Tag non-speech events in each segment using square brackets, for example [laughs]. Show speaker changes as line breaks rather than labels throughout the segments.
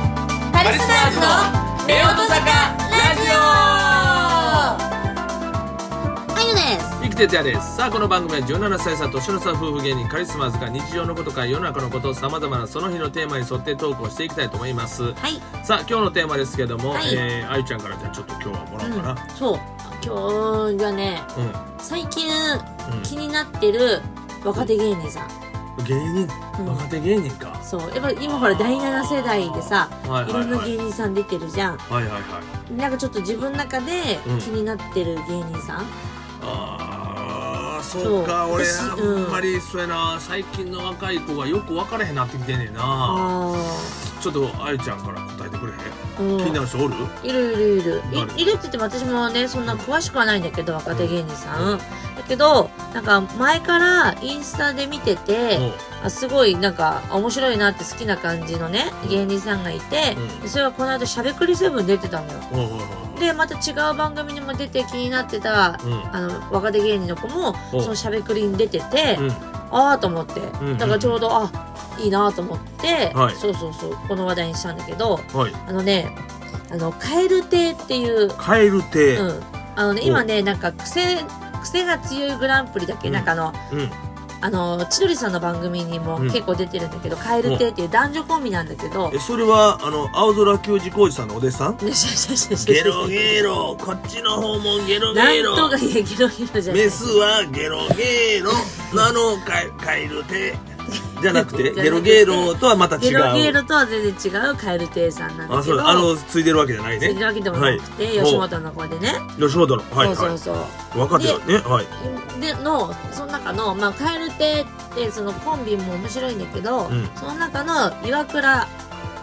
リスナーズのレオト坂ラジオ
あゆです
生きててやですさあこの番組は17歳差年の差夫婦芸人カリスマーズが日常のことから世の中のことさまざまなその日のテーマに沿ってトークをしていきたいと思います
はい
さあ今日のテーマですけども、
はい
えーあゆちゃんからじゃあちょっと今日はもらおうかな
そう今日がね最近気になってる若手芸人さん、
うん、芸人、
うん
若手芸人か
そうやっぱ今ほら第7世代でさ
はい
い
は
ろ
い
んな
はい
芸人さん出てるじゃん
はいはいはい
なんかちょっと自分の中で
うん
気になってる芸人さん、
ああそうか
そう
俺
私
あ
うん
んまりそうやな最近の若い子がよく分からへんなってきてんねん
あ
な
あ
ちょっとあゆちゃんから答えてくれへん、
ーうん
気になる人おる
いるいるいる
誰
いいるって言っても私もねそんな詳しくはないんだけど若手芸人さん、だけどなんか前からインスタで見てて、
おう
あすごいなんか面白いなって好きな感じのね芸人さんがいて、
うん
でそれはこの間しゃべくりセブン出てたのよ
おうおう
でまた違う番組にも出て気になってた
おううん
あの若手芸人の子も
おう
そのしゃべくりに出てて、
うん
ああと思って、
んうん
だからちょうどあいいなと思って、
はい
そうそうそうこの話題にしたんだけど
はい
あのねあの蛙亭っていう
カエル亭
うん、あのね
お
今ねなんか癖癖が強いグランプリだっけ、
うん
なんかあの
うん
あの千鳥さんの番組にも
うん
結構出てるんだけど、カエル亭っていう男女コンビなんだけど
えそれはあの青空球児工事さんのお弟子さん
よしよしよしよし
ゲロゲロこっちの方もゲロ
な
ゲ
んと
ロ
かいやゲロゲロじゃない
メスはゲロゲロなのカエカエル
[laughs]
亭じゃなくてゲロゲロとはまた違う
ゲロゲロとは全然違うカエル亭さんなんだ
あ
け
そう
ど
だあのついでるわけじゃない
そ
ね
ういうわけでもなくて、
はい
吉本の子でね、
吉本のは
そう
い
そ
は
うそう、
い若手だねはい
でのその中の、まあ、カエル亭ってそのコンビも面白いんだけど、
うん
その中の岩倉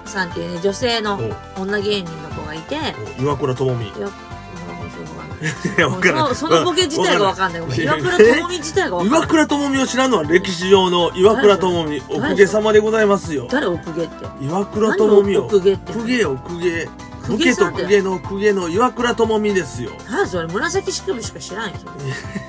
さんっていうね女性の
お
女芸人の子がいて
お岩倉智美
岩もう [laughs] その
いやわからん
もうそのそのボケ自体がわ
わ
かんない。
わ
岩
かんな
倉
い
智美自体がわか
らん
んな
岩
い。
倉智美を知らんのは歴史上の岩倉智美お公家様でございますよ
誰奥毛って。
岩倉智美
何
を
を奥毛って。
公家よ公家
公
武
家
家
さん
と
って
公家の公家の岩倉智美ですよ [laughs]
何それ紫式部しか知らんよ。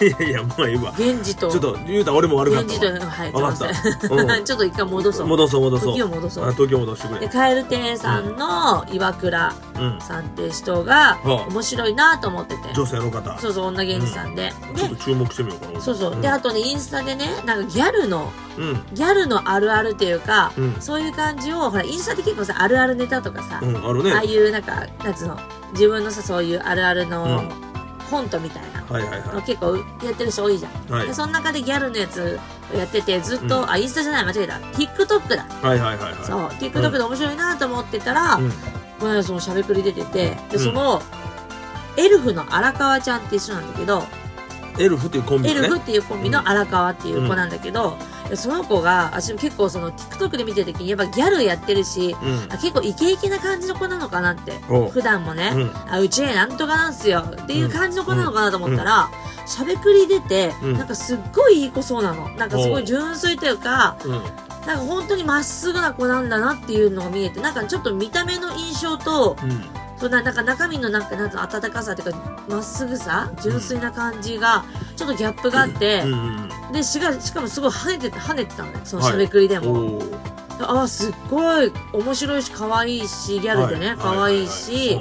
いやいやもうええわ
源氏と。
ちょっと言うたら俺も悪かっ
源氏
たわ
と。はい。
わかったう
[laughs]
ん
た。ちょっと一回戻そう。
戻そう戻そう
時を戻そ
あ
う。
東京戻してく
で、
れ
カエル亭さんの岩倉
うん
さんって人が
はあ
面白いなと思ってて。
女性の方ち
そうそう、女芸人さんで。
ょっと
で、
注目してみようかな
そうそう。
ん
で、あとね、インスタでね、なんかギャルの、
うん
ギャルのあるあるっていうか、
うん
そういう感じを、ほら、インスタで結構さ、あるあるネタとかさ、
うんあるね
ああいうなんかなんつうの自分のさそういうあるあるの
うん
コントみたいな、
はいはいは
結構やってる人多いじゃん、
いはい
でその中でギャルのやつをやっててずっと、
うん
あインスタじゃない間違えた TikTok だ、
はいはいはいはい
そう TikTok で面白いなと思ってたら、
うん
この間そのしゃべくり出ててで
うん
その、エルフの荒川ちゃんって一緒なんだけど、
エルフっていうコンビ
エ
ね
ルフっていうコンビの荒川っていう子なんだけど、でその子が私も結構その TikTok で見てる時にやっぱギャルやってるし
うん
あ結構イケイケな感じの子なのかなって
おう
普段もね、
うん
あうちなんとかなんすよっていう感じの子なのかなと思ったら、しゃべくり出て、
うん
なんかすっごいいい子そうなのなんかすごい純粋というか
うん
なんか本当にまっすぐな子なんだなっていうのが見えてなんかちょっと見た目の印象と
うん
そんななんか中身のなんかなんていうの温かさというかまっすぐさ純粋な感じがちょっとギャップがあって、
うんうん
でしがしかもすごい跳ねて跳ねてたのねそのしゃべくりで
うん
も。
おう
ああすっごい面白いし可愛いしギャルでね、可愛いし、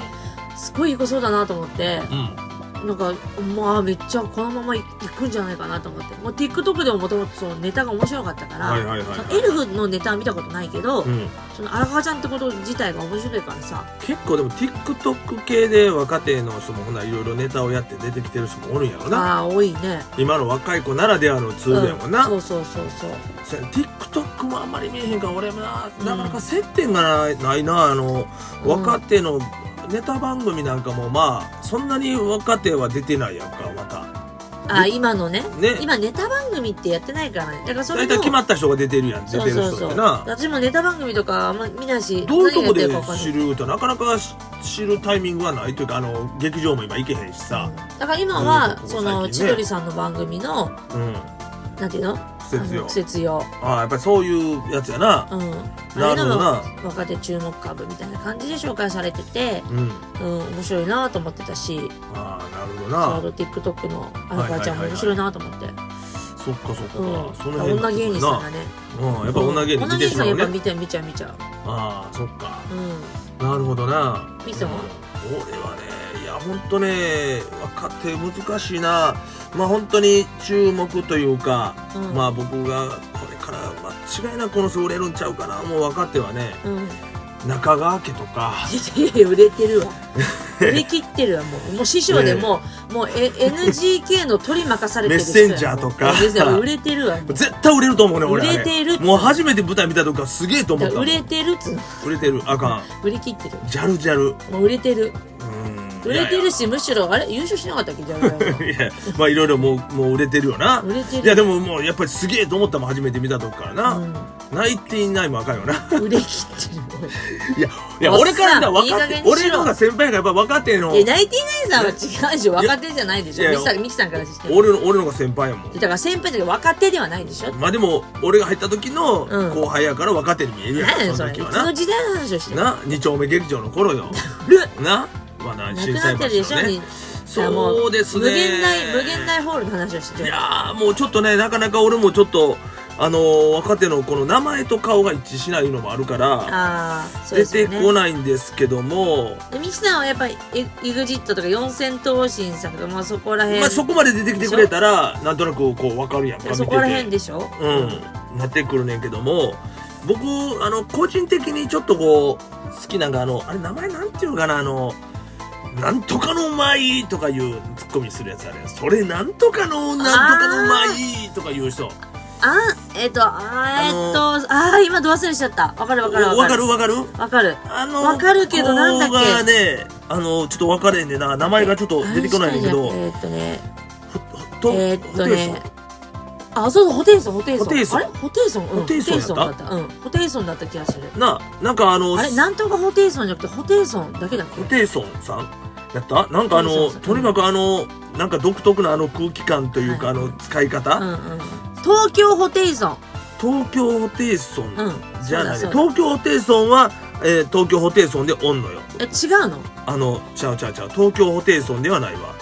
すっごいいい子そうだなと思って。
うんうん
なんかまあめっちゃこのままいいくんじゃないかなと思ってもう TikTok でももともとそのネタが面白かったから、
はいはいはい
そのエルフのネタは見たことないけど、
うん
その荒川ちゃんってこと自体が面白いからさ
結構でも TikTok 系で若手の人もほないろいろネタをやって出てきてる人もおるんやろな
ああ多いね
今の若い子ならではのツールやもんな、
うんそうそうそうそう
そうや TikTok もあんまり見えへんから俺もな
うん
なかなか接点がないないなあの
うん
若手のネタ番組なんかもまあそんなに若手は出てないやんかまた
ああ今のね
ね
今ネタ番組ってやってないからねだからそれ
大
も
体決まった人が出てるやん出
そう
てる
そう
人
そ
や
う
な
私もネタ番組とかあんま見ないし
どういうと
何
こで
やってるかわかんない
知るとなかなかし知るタイミングはないというかあの劇場も今行けへんしさ、
だから今は、
うん
そ
ここ
の
最近
千
ね
鳥さんの番組の
うん、
なんていうの
季節
あ
よ
の節用
ああやっぱりそういうやつやな
うん
なるほど
あ
な
れでも若手注目株みたいな感じで紹介されてて、
うん
うん、面白いなと思ってたし
ああなるほど
サー
な
ド TikTok のアルファちゃんも面白いなと思って、
そっかそっか、その
うん、
辺
女芸人さんがね
うんやっぱ女芸人
女芸人
出てし
さ
ま
んや
う
っぱ
ね
見ちゃう見ちゃう見ちゃう
ああそっか
う
なるほどな
みそ
俺はねいや本当ね若手難しいなまあ本当に注目というか、
うん
まあ僕がこれから間違いなくこの人売れるんちゃうかなもう若手はね
うん
中川家とか
いや売れてるわ売れ切ってるわもうもう師匠でもう、もうえ NGK の取り任されてる人や
メッセンジャーとか
もうメッセンジャー売れてるわもう
絶対売れると思うね俺あ
売れてる
もう初めて舞台見た時はすげえと思
だ
っ
か
た
ら
もん
売れてるっつうの
売れてるあかん
売り切ってる
ジャルジャル
もう売れてる
うん
売れてるしむしろあれ優勝しなかったっけじゃあ
いやいやまあいろいろもうもう売れてるよな
売れてる
いやでももうやっぱりすげえと思ったもん初めて見た時からな、
う
ナインティナインもあかんよ
[laughs]、
なん
売れ切ってる
いや、いや、
おっさん
俺から見たら分かっ
いい加減
て、
にしろ
俺の方が先輩がやっぱ分かってん
い
の。
や、
俺
ナインティナインさんは違うでしょ。若手じゃないでしょ。
いや
ミキさん、ミキさんからして。
の、俺の方が先輩やもん
だ。から先輩だけど若手ではないでしょ。
まあでも、俺が入った時の
うん
後輩やから若手に見えるやん、
何やねん、
そ
そ
の
れ。いつ
時は
の
な。
時代の話をしてる。
な、二丁目劇場の頃よ。な、まあな、
なく
震
な
災
って
橋
るでしょ。
の
に
ね。そうですね。
無限大、無限大ホールの話をして
い
る。
やー、もうちょっとね、なかなか俺もちょっと、あのー、若手のこの名前と顔が一致しないのもあるから、
ああ、そうで
出
すよ
て
ね。
こないんですけども、
でミキさんはやっぱり、エグジットとか四千頭身さんとか、まあそこら辺。
まあそこまで出てきてくれたら、なんとなくこう分かるやんか、見て
そこら
て
辺。でしょ
うん、なってくるねんけども僕あの個人的にちょっとこう好きなんがあのあれ名前なんていうのかなあの「なんとかのうまい」とかいうツッコミするやつあれそれなんとかのなんとかのうまいとか言う人
あん、えっと、あー
あの
えっと、ああ、今度忘れしちゃった。わかるわかる
お
わ
わ
か
か
る。
るわかる
わかる。
あの
わかるけどなんだっけ
子がねあのちょっと分かれへんでな名前がちょっと出てこないねんだけど
えっとね。
ほほと
えーっとね
ほて。
あ、そうそう、ホテイソン、ホテイソン。
ホテイソ
あ
ン
れホテイソン、うん、
ホテイソンや
ホテイソンだっ
った
た。うん、ホテイソンだった気がする。
いそんななんかあの
あれ、なんとかホテイソンじゃなくて、ホテイソンだけだっけ
ホテイソンさんやったなんかあ
ホテイソ
の
ンさん
とにかくあのなんか独特なあの空気感というか、
はい
あの使い方、
うんうん。東京ホテイソン。
東京ホテイソン、
うん。
じゃない
そうだそう
東京ホテイソンは、えー東京ホテイソンでおんのよ
だえ、違うの
あのちゃうちゃうちゃう東京ホテイソンではないわ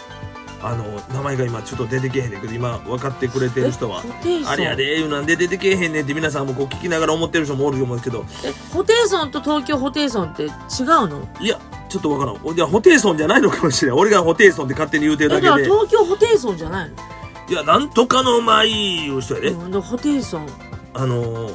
あの名前が今ちょっと出てけへんねんけど今分かってくれてる人は
ホテイソン。
あれやでいうなんで出てけへんねんって皆さんもこう聞きながら思ってる人もおると思うんですけど
え、ホテイソンと東京ホテイソンって違うの
いやちょっとわからんおじゃあホテイソンじゃないのかもしれない俺がホテイソンって勝手に言うて
え、
るだ
だ
け
から
で
東京ホテイソンじゃないの
いやなんとかのまあいいう人やで、
うんだからホテイソン。
あの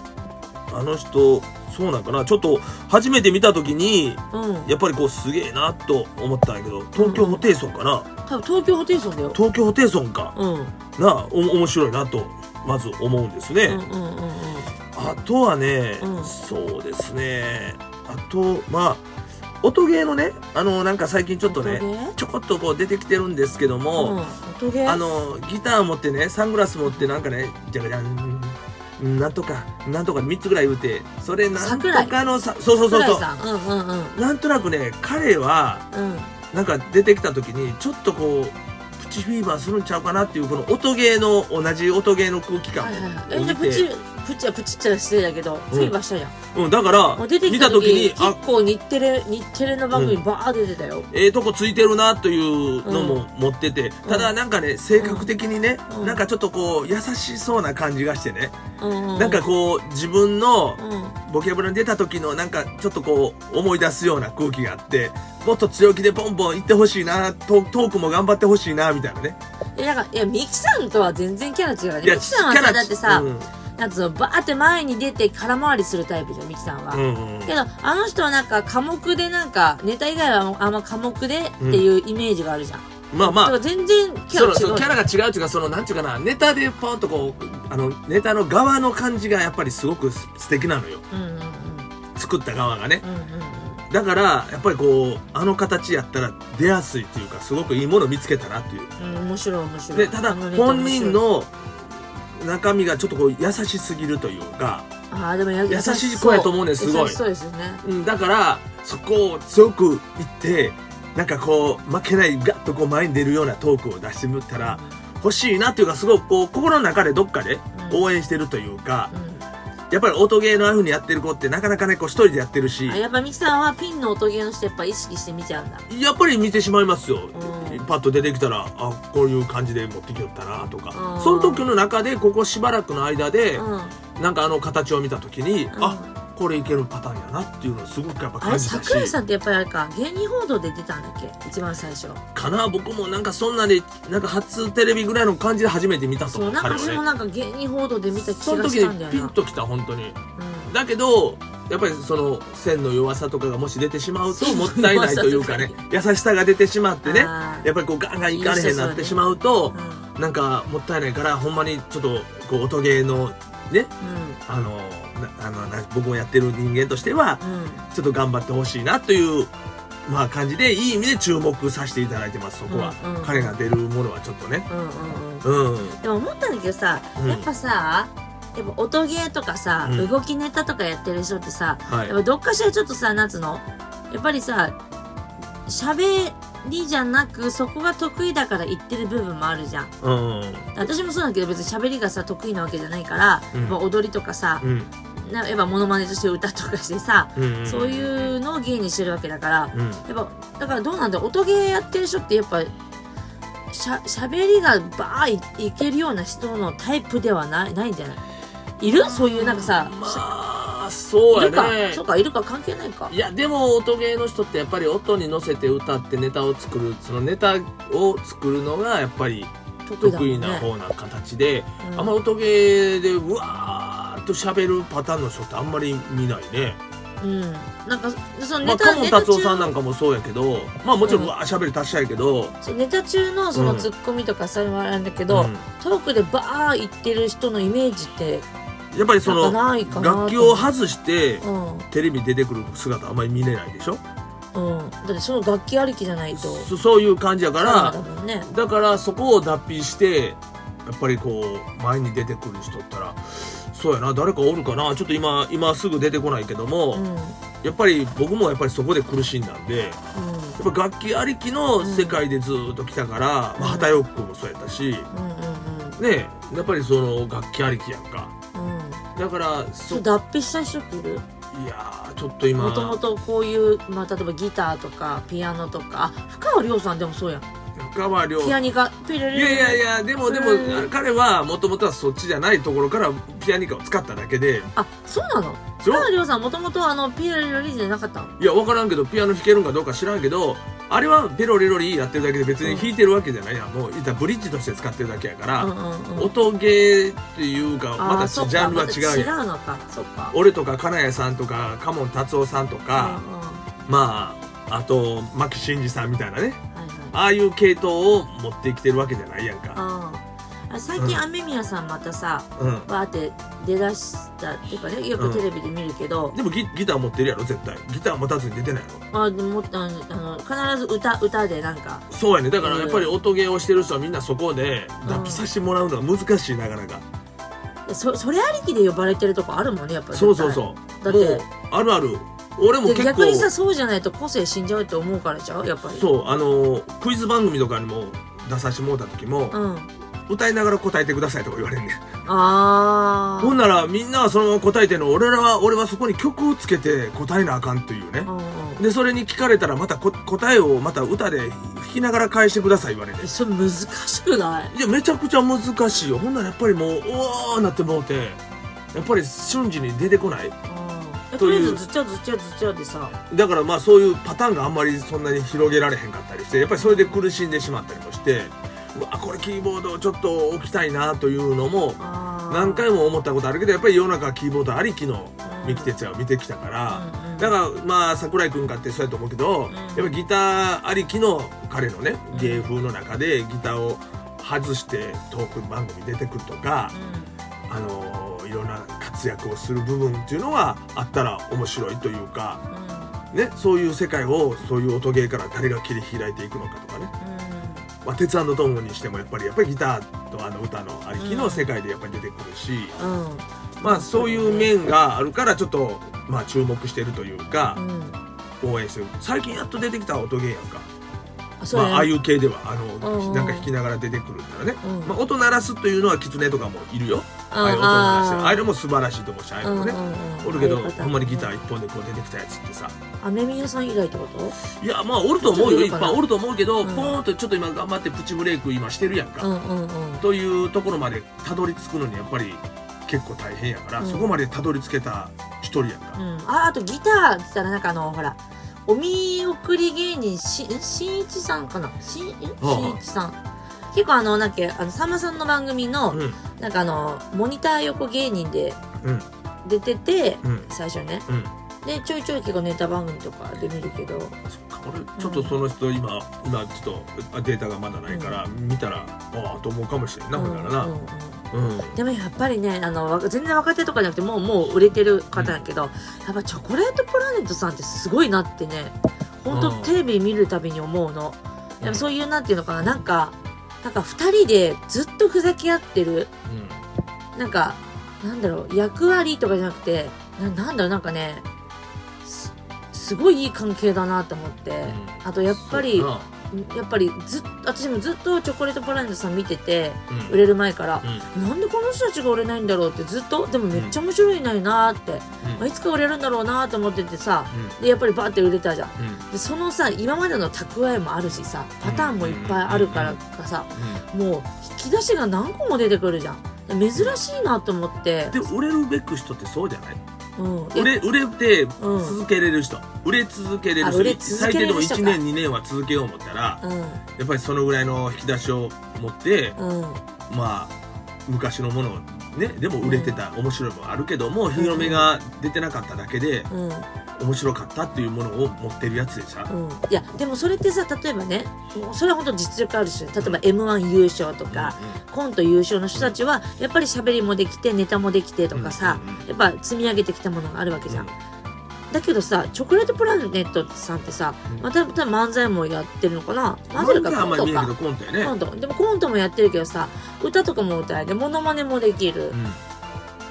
あの人そうなんかなちょっと初めて見た時に
うん。
やっぱりこうすげえなと思ったんやけど東京ホテイソンかな、
多分東京ホテイソンだよ。
東京ホテイソンか
うん。うん
なあお面白いなとまず思うんですね、
うんうんうん。
あとはね、
うん
そうですねあとまあ音ゲーのねあのなんか最近ちょっとね
音ゲー
ちょこっとこう出てきてるんですけども、
うん。音ゲー
あのギター持ってねサングラス持ってなんかねじゃがじゃんなんとかなんとか3つぐらい言うてそれなんとかのさそうそうそう
桜井
そ
さん。うんうんうん。
うなんとなくね彼は
うん。
なんか出てきた時にちょっとこうプチフィーバーするんちゃうかなっていうこの音ゲーの同じ音ゲーの空気感
はいはいはいえ
を
じゃ
見
あプチ
て、
プチはプチっちゃ失礼だけど、
うん
次場所やん。
うん、だから
もう出てき
見
た
た
時
時
に
に
結
あ
構日テレ日テレの番組
う
バー出てたよ。
ええとこついてるなというのも持ってて、ただなんかね性格的にね、
うん
なんかちょっとこう優しそうな感じがしてね、
うんうん
なんかこう自分の
うん
ボキャブラに出た時のなんかちょっとこう思い出すような空気があってもっと強気でボンボン行ってほしいなトトークも頑張ってほしいなみたいなね
えなんかいやミキさんとは全然キャラ違うよね。
いや
ミキさんは
キャ
さ
ラ
だってさ、
うん
なんつうのバーって前に出て空回りするタイプじゃんミキさんは。
うんうんうん
けどあの人はなんか寡黙でなんかネタ以外はあんま寡黙でっていうイメージがあるじゃん。
まあま
だか
あ
ら全然キャ
そ
ラ違う
の
じ
そ
ゃん。
のキャラが違うというかそのなんていうかなネタでポンとこうあのネタの側の感じがやっぱりすごくす素敵なのよ
うんうんうん
作った側がね
うんうん
だからやっぱりこうあの形やったら出やすいというかすごくいいもの見つけたなという
うんうん。面白い面白い。
でただ
あのネタ
本
面白い
人の中身がちょっとこう優しすぎるというか
あーでもや
優しい子やと思うねすごい
優しそうですよね。
うん、だからそこを強くいってなんかこう負けないガッとこう前に出るようなトークを出してみたら欲しいなっていうかすごくこう心の中でどっかで
うん
応援してるというか
う、ん
やっぱり音ゲーのああいうふうにやってる子ってなかなかねこう一人でやってるし
あやっぱミキさんはピンの音ゲーの人やっぱ意識して見ちゃうんだ
やっぱり見てしまいますよ、
うん
パッと出てきたらあこういう感じで持ってきよったなとか、
うん
その時の中でここしばらくの間で
うん
なんかあの形を見た時に、あこれいけるパターンやなっていうのをすごくやっぱ
あ
感
れ
じたし
桜井さんってやっぱりあれか芸人報道で出たんだっけ一番最初
かな僕もなんかそんなんでなんか初テレビぐらいの感じで初めて見たと
そ
思
う
う
なんか私
彼
も
は
なんか芸人報道で見た気
その
が
時
したんだ
に
よ
ピン
な
ときた本当に
うん
だけどやっぱりその線の弱さとかがもし出てしまうと
線の
もっ
弱さ
たいないという
[laughs]
かね
と
優しさが出てしまってねや
あ
っぱりこうガンガンいかれへんなってしまうと
ーうん
なんかもったいないからほんまにちょっとこう音ゲーのね
う
あのなあのな僕もやってる人間として
んう
は
ん
ちょっと頑張ってほしいなというまあ感じでいい意味で注目させていただいてますそこは、
うんうん
彼が出るものはちょっとね
うんうんうん
うん
でも思ったんだけどさ、
うん
やっぱさやっぱ音ゲーとかさ、
うん
動きネタとかやってる人ってさ
はい
やっぱどっかしらちょっとさなんつうのやっぱりさ喋りじゃなくそこが得意だから言ってる部分もあるじゃん
うんうん
私もそうだけど別に喋りがさ得意なわけじゃないから、
うん
やっぱ踊りとかさ、なやっぱモノマネとして歌とかしてさ、
うんうん
そういうのを芸にしてるわけだから、
うん
やっぱだからどうなんだろう音ゲーやってる人ってやっぱしゃしゃべりがバーいいけるような人のタイプではないないんじゃないいるそういうなんかさ、
まあそう
いるか
やね
そうかいるか関係ないか
いやでも音ゲーの人ってやっぱり音に乗せて歌ってネタを作るそのネタを作るのがやっぱり
得意だも
得
ん
意
ね
な方な形で、
うん
あんま音ゲーでうわーっと喋るパターンの人ってあんまり見ないね。
うんなんかその
ま
ネ
あ、
タ,、
カモン
ネタ
達夫さん
中
なんかもそうやけどまあもちろん
うん
うわー喋る達者やけど、
そうネタ中のその
うん
ツッコミとかそういうのはあるんだけ
うん
ど、トークでバー言ってる人のイメージって
やっぱりそ
なん
の
かないかなと
楽器を外して
うん
テレビに出てくる姿あんまり見れないでしょ
うんだってその楽器ありきじゃないと
そそういう感じやから
そうなんだもんね
だからそこを脱皮してやっぱりこう前に出てくる人ったらそうやな誰かおるかなちょっと今今すぐ出てこないけども、
うんうん
やっぱり僕もやっぱりそこで苦しんだんでやっぱ楽器ありきの世界でずーっと来たから、まあ、畑洋服もそうやったし
うんうんうん
ねやっぱりその楽器ありきやんか
うん
だからそ
そう
い
脱皮した人っている
やーちょっと今
もともとこういう、まあ、例えばギターとかピアノとかあ深川亮さんでもそうやん
深川亮
ピアニカピレレ
いやいやいやでもでも
うん
彼はもともとはそっちじゃないところからピアニカを使っただけで
あそうなの
ち
深
ょ
川亮さんもともとあのピレレレじゃなかったの
いや分からんけどピアノ弾けるんかどうか知らんけどあれはペロレロリやってるだけで別に弾いてるわけじゃないやんもういったらブリッジとして使ってるだけやから、
うんうんうん
音ゲーっていうか
あ
また
そっ
ジ
か
ャンルは違うやん、
また違うのかそっか
俺とか金谷さんとかカモン達夫さんとか、
うんうんは
まああと牧真二さんみたいなね
いはい
ああいう系統を持ってきてるわけじゃないやんか、
うんあ最近雨宮さんまたさ
うん、
バーって出だしたっていうかねよくテレビで見るけど、
でもギギター持ってるやろ絶対ギター持たずに出てないやろ
あでもあのあの必ず歌歌でなんか
そうやねだからやっぱり音ゲーをしてる人はみんなそこで脱皮させてもらうのは難しいなかなか、
そそれありきで呼ばれてるとこあるもんねやっぱり
そうそうそう
だって
もうあるある俺も
で
結構
逆にさそうじゃないと個性死んじゃうって思うからちゃうやっぱりう
そうあのクイズ番組とかにも出させてもらった時も、
うん
歌いながら答えてくださいとか言われんねん
あー
ほんならみんなはそのまま答えてんの俺らは俺はそこに曲をつけて答えなあかんというね
うんうん
でそれに聞かれたらまたこ答えをまた歌で弾きながら返してください言われて
えそれ難しくない
いやめちゃくちゃ難しいよほんならやっぱりもううわーなってもうてやっぱり瞬時に出てこない
え
と
とりあえ
いう
ずずっちゃずっちゃずっちゃでさ
だからまあそういうパターンがあんまりそんなに広げられへんかったりしてやっぱりそれで苦しんでしまったりもしてうわこれキーボードちょっと置きたいなというのも
あー
何回も思ったことあるけどやっぱり世の中はキーボードありきの
うん
三木哲也を見てきたから
うんうん
だからまあ桜井君かってそうやと思うけど
ん
やっぱりギターありきの彼のね芸風の中でギターを外してトーク番組出てくるとかあのーいろんな活躍をする部分っていうのはあったら面白いというか。
うんうん
ね、そういう世界をそういう音ゲーから誰が切り開いていくのかとかね、まあ、鉄腕のトムにしてもやっぱりやっぱりギターとあの歌のありきの世界でやっぱり出てくるし、
うんうん
まあそういう面があるからちょっと、まあ、注目してるという
う
か、
ん
応援してる最近やっと出てきた音ゲーやんか、
あそう
ま
やね
あ、ああいう系ではあ
うんう
の
ん
なんか弾きながら出てくるんだらね、
うん
まあ、音鳴らすというのはキツネとかもいるよああいう音鳴らしてるああいうのも素晴らしいと思うしああいうのもね、おるけどほんまにギター一本でこう出てきたやつってさ
アメミヤさん以外ってこと
いやまあおると思うよい
ちょ
っ
っといるかな
ぱいおると思うけど、
うん
ポーンとちょっと今頑張ってプチブレイク今してるやんか、
うんうんうん
というところまでたどり着くのにやっぱり結構大変やから、
うん
そこまでたどり着けた一人やんか
う。ん、ああとギターって言ったらなんかあのほらお見送り芸人しんしんいちさんかなしんんしん
はい
いちさん結構あのなんかあのさんまさんの番組の、
うん
なんかあのモニター横芸人で
うん
出てて、
うん
最初ね
うん。
でちょいちょい結構ネタ番組とかで見るけど
そっか俺ちょっとその人今今ちょっとデータがまだないから見たらああと思うかもしれんなほんなら
うんう
なん
うん
うん
でもやっぱりねあのわ全然若手とかじゃなくてもうもう売れてる方だけど、やっぱチョコレートプラネットさんってすごいなってね本当
うん
テレビ見るたびに思うの、でもそういうなんていうのかななんかなんか2人でずっとふざけ合ってる
うん
なんかなんだろう役割とかじゃなくてななんだろうなんかねすすごいいい関係だなと思って、
ん
あとやっぱり
そう
やっぱりずっ私もずっとチョコレートプラネットさん見てて
やなうん
売れる前から
う、ん
なんでこの人たちが売れないんだろうってずっとでもめっちゃ面白いないなーって、
うん
まあいつか売れるんだろうなーと思っててさ
うん
でやっぱりバーって売れたじゃん
うん
でそのさ今までの蓄えもあるしさパターンもいっぱいあるからかさもう引き出しが何個も出てくるじゃん珍しいなと思って
うんで売れるべく人ってそうじゃない
うん
売
え
れ売れて
うん
続けれる人、売れ続けれる
あ
人
売れ続
最
けれ
低で
る
も
人か
1年2年は続けよう思ったら
う
やっぱりそのぐらいの引き出しを持って
んうん
まあ昔のものをねでも売れてた、面白いもあるけども日の目が出てなかっただけで
うん
面白かったっていうものを持ってるやつでしょ、
うんいやでもそれってさ例えばねもうそれは本当実力あるし例えば m 1優勝とか、コント優勝の人たちはやっぱり喋りもできてネタもできてとかさ、
うんうんうん
やっぱ積み上げてきたものがあるわけじゃん、
うん
だけどさチョコレートプラネットさんってさ、
うん
また多分漫才もやってるのかな
漫
漫才
才
か
はあん
コン
まり
ト
見えへんけ
か
どコントやね、
コントでもコントもやってるけどさ歌とかも歌えてモノマネもできる、
うん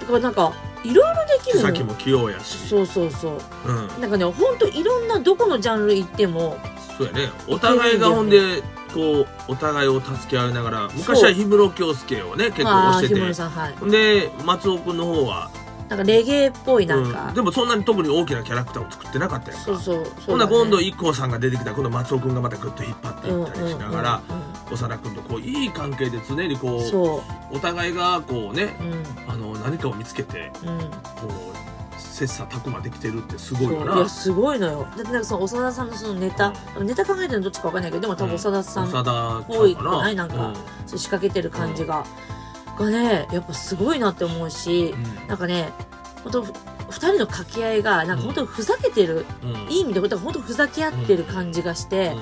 だからなんかいろいろでき
手
る
先
の
も器用やし
そうそうそう
うん、
なんかねほんといろんなどこのジャンル行っても
そうやねお互いがほんでこうお互いを助け合いながら昔は氷室京介をね結構
まあ
推し
日
て
村
て
さんはい
ほんで松尾君の方は、
なんかレゲエっぽいなんか、
うんでもそんなに特に大きなキャラクターを作ってなかったやんか
そうそうそう
ほんなら今度
行っ
IKKO さんが出てきたら今度松尾君がまたグッと引っ張っていったりしながら長田君とこういい関係で常にこう
そ
お互いがこうね
ううん
あの何かを見つけて
うん
こう切磋琢磨できてるってすごい
そう
よ
い
な
やすごいのよだってなんかその長田さんのそのネタ、ネタ考えてるのどっちかわかんないけどでも多分長田さん、
長田ちゃ
多
ん
い
か
くないなんかそう仕掛けてる感じが、がねやっぱすごいなって思うし
う、ん
なんかね本当2人の掛け合いがなんか本当ふざけてる、
うんうん
いい意味で本当ふざけ合ってる感じがして、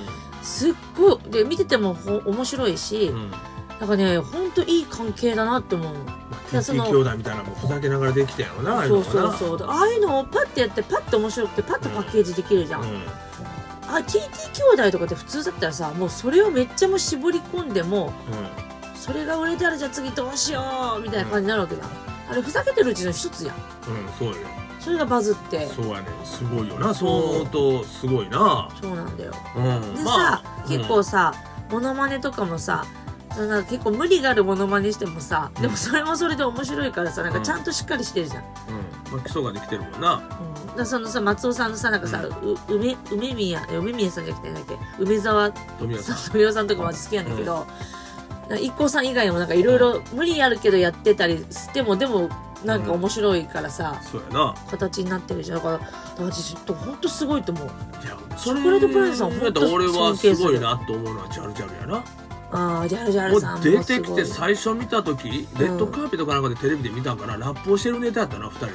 う
すっごいで見ててもほ面白いし、
んうんま
なんかね本当いい関係だなって思う
あ TT 兄弟みたいなのもふざけながらできたやろなああい
そう
の
う
が
そう
な
そうああいうのをパッてやってパッと面白くてパッとパッケージできるじゃん、
うん
あ TT 兄弟とかって普通だったらさもうそれをめっちゃもう絞り込んでもそれが売れたらじゃあ次どうしようみたいな感じになるわけじゃん、あれふざけてるうちの一つやん
うんうんそうやね
それがバズってそ
そうやねすごいよなそう思うとすごいな
うなんだよ
うん
でさ、
まあ
結構さモノマネとかもさそのなんか結構無理があるモノマネしてもさでもそれもそれで面白いからさなんかちゃんとしっかりしてるじゃん、うん
うんまあ基礎ができてるもんな
だからそのさ松尾さんのさなんかさ、う梅梅宮え梅宮さんじゃなくてなんだっけ梅沢
富谷
そ
さ
うん富美男さんとかも私好きなんだけど、なんか IKKO さん以外もなんかいろいろ無理あるけどやってたりしてもでもなんか面白いからさ、
そうやな
形になってるじゃんだからだから私と本当すごいと思う
いや
チョコレートプラネさん
そ
ほ
れ
んと
やったら俺はすご
尊敬す
い
る
なと思うのはジャルジャルやな
ああジャルジャ
も
ルさん
う
も
出てきて
すごい
最初見た時レッドカーペットかなんかでテレビで見たんかなラップをしてるネタやったな2人で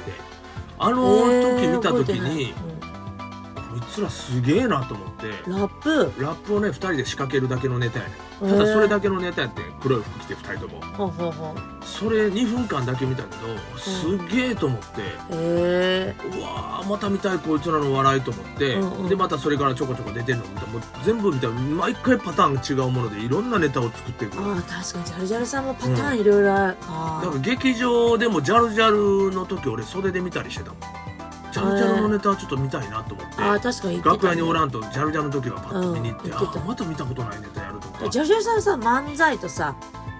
あの時見た時
えー覚えてない
にこいつらすげえなと思って
うんラップ
ラップをね2人で仕掛けるだけのネタやねただそれ
け、
だけのネタやって黒い服着て2人とも
えーほうほうほう
それ2分間だけ見たけどすげえと思って
え
うわーまた見たいこいつらの笑いと思って、
うんうん
でまたそれからちょこちょこ出てるの見たもう全部見たら毎回パターン違うものでいろんなネタを作っていく
ー、ああ確かにジャルジャルさんもパターンいろいろある、あ
な
ー
んか劇場でもジャルジャルの時俺袖で見たりしてたもんジャルジャルのネタはちょっと見たいなと思って、
あー確かに言ってたね
楽屋におらんとジャルジャルの時はパッと見に行って,、
うん
あ
言ってた
あまた見たことないネタやるとか
ジャルジャルさんさ漫才とさ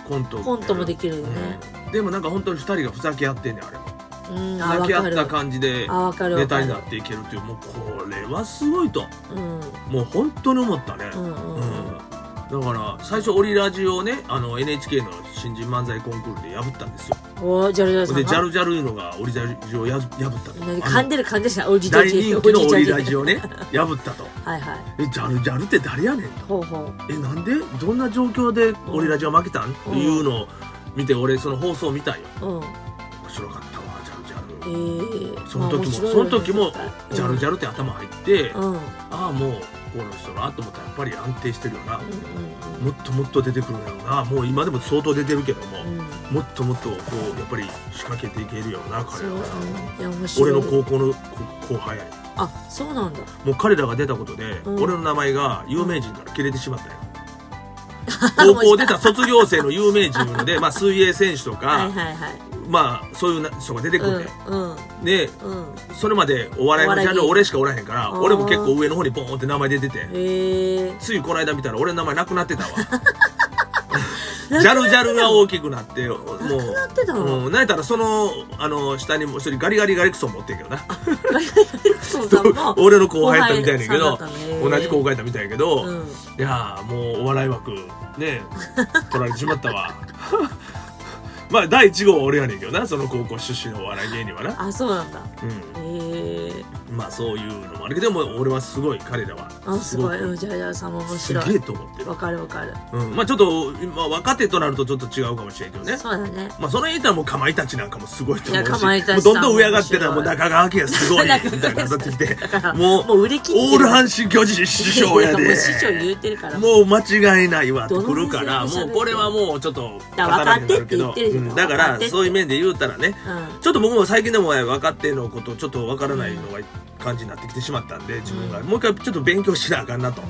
コント
コントもで
き
きるよね、
でもなんか本当に2人がふざけ合ってんねんあれも
うん、あーわ
ふざけ
か
合っ
る
た感じで
あーわかるわ
ネ
か
タ
る
になっていけるっていうもうこれはすごいと
うん
もう本当に思ったね、
うんうんうん、
うんだから最初オリラジをねあの NHK の新人漫才コンクールで破ったんですよ
おージャルジャルさん
でジャ
が
ルジャルいうのがオリラジをやぶ破ったと
何噛んでる噛んでるしおじ
あの
いちゃんお
大
じいちゃん
人気のオリ
お
ラ
じいち
ジをね破ったと
ゃんはいはい
えジャルジャルって誰やねんと
ほうほう
えなんでどんな状況でオリラジが負けたんっていうのを見て俺その放送を見たんよ
うん
面白かったわジャルジャ
え
ル
ー、
その時も
まあ
その時もジ
面白い
ャル
よね
ジャルって頭入って
うんうんうん
ああもうこの人なと思ったらやっぱり安定してるよなもっともっと出てくるんやろうなもう今でも相当出てるけども
うんうん
もっともっとこうやっぱり仕掛けていけるよな
そ
彼
う
ら
うん
は
いや面白い
俺の高校のこ後輩やね
あそうなんだ
もう彼らが出たことで、
うん
俺の名前が有名人から切れてしまった
[laughs]
よ
もう
高校出た卒業生の有名人いうので、まあ、水泳選手とか、
はいはいはい
まあそういうな人が出てくるね、
うんうん
で
うん
それまでお笑いのジャンル
お笑い芸
俺しかおらへんから
あー
俺も結構上の方にボーンって名前出てて
へえ
ついこの間見たら俺の名前なくなってたわジャルジャルが大きくなってもう
なってた [laughs] の
うん、なんやったらそのあの下にも一人ガリガリガリクソン持ってるけどな [laughs]
エクソンさんも
俺の後輩やったみたいだけ
後輩
ど
さんだったね
同じ後輩やったみたいやけど、
うん
いやーもうお笑い枠ね取られてしまったわ [laughs] まあ第1号は俺やねんけどなその高校出身のお笑い芸人はな、
あそうなんだ
う
へえ
ん、まあそういうのもあるけどでも俺はすごい彼らは
あすごい
す
うんジャルジャルさんも面
す
白
げえ
い
と思ってる
わ、かるわかる
うん、まあちょっと、まあ、若手となるとちょっと違うかもしれんけどね
そうだね
まあその辺言ったらもうかまいたちなんかもすごいと思う
いやかまい
したもう
ちさん
どんどん上上がってたらもう中川家がすご
[laughs] 中
い
川家
みたいになってきて
だから
もう
もう売り切ってる
オール阪神・巨人師匠や
[laughs] いも
で
う師匠言うてるから
もう間違いないわってくるから
どの水
も
に
うこれはもうちょっと
だから分かってって言ってるじゃん
うんだか
分
ら
かってって
そういう面で言うたらね
う
ちょっと僕も最近でも分かってのことちょっと分からないのが感じになってきてしまったんで自分が
う
もう一回ちょっと勉強しなあかんなと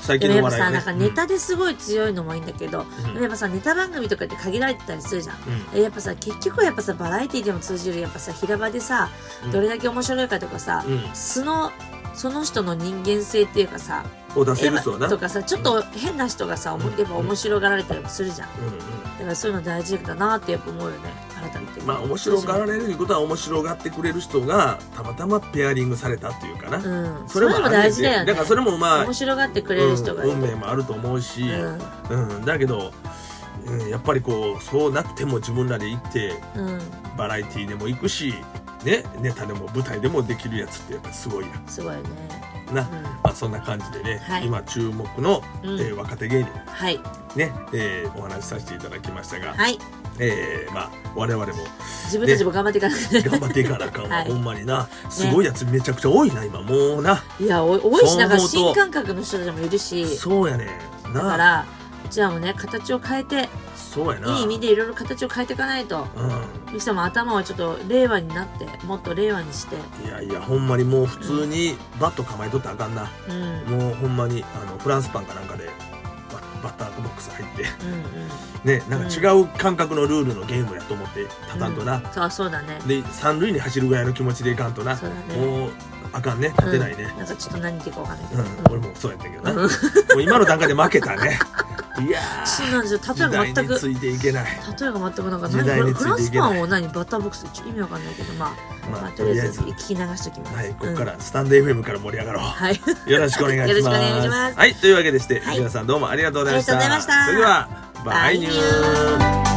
最
ん、で
近
もやっ
の
ぱ
笑い
さ、な
を
ん
ね
かネタですごい強いのもいいんだけど、
う
で
ん
もやっぱさネタ番組とかって限られてたりするじゃん
うんうん
えやっぱさ結局はやっぱさバラエティでも通じるやっぱさ平場でさ
うん
どれだけ面白いかとかさ、
うん
素のその人の人間性っていうかさ
を出せる
やっ
そう
ぱ
な
とかさちょっと変な人がさ、おも
うん
やっぱ面白がられたりもするじゃん
うんうん
だからそういうの大事だなってやっぱ思うよね改めて
まあ面白がられるということは面白がってくれる人がたまたまペアリングされたっていうかな、
うん
そ
そ
れ
れ
も
も
ある
大事だよね
だからそれもまあ
面白がってくれる人がい
うん
る、
運命もあると思うし、
うん
うん、だけど、うん、やっぱりこうそうなくても自分らで行って
うん、
バラエティーでも行くし、ね、ネタでも舞台でもできるやつってやっぱすごいやん
すごいね、
な、
うん、
まあ、そんな感じでね、
はい
今注目の、
うん
えー若手芸人
はい
ね、えーお話しさせていただきましたが、
はい
えーまあ、我々も
自分たちも頑張っていかなきゃ
頑張っていかなあかんわ、
はい
ほんまになすごいやつめちゃくちゃ多いな今もうな、
[laughs] いやお多いしなんか
そう思うと
新感覚の人たちもいるし
そうやねん
だか
な
らうちらもね形を変えて
そうやない
い意味でいろいろ形を変えていかないと
うん
ミキさんも頭をちょっと令和になってもっと令和にして
いやいやほんまにもう普通にバット構えとったらあかんな、
うんうんうん
もうほんまにあのフランスパンかなんかでババッターボックス入ってねなんか違う感覚のルールのゲームやと思って立たんとな、
そうそうだね
で三塁に走るぐらいの気持ちでいかんとな
そうだね
もうあかんね立てないね
うん、なんかちょっと何言っていいかわかんないけ
うん
ど、
俺もそうやったけどな、
うん
もう今の段階で負け
[laughs]
たねいや
そ
ー
うなんですよ例
時代
えが全
に
く
ついていけない
例えが全くなんか
時代に
何
ついていけない
フランスパンを何バッターボックスちょ意味わかんないけどまあ、
ま
ま
あ
あ、
と
と
り
り
あ
あ
え
え
ず
ず聞き流しときます
はいここ
うん
からスタンド FM から盛り上がろう、
はい
[laughs] よろしくお願いします。
よろしくお願いします
はい、というわけでして、
はい
皆さんどうもありがとうございました。
ありがとうございました
それでは、バイニュ
バイニ
ー。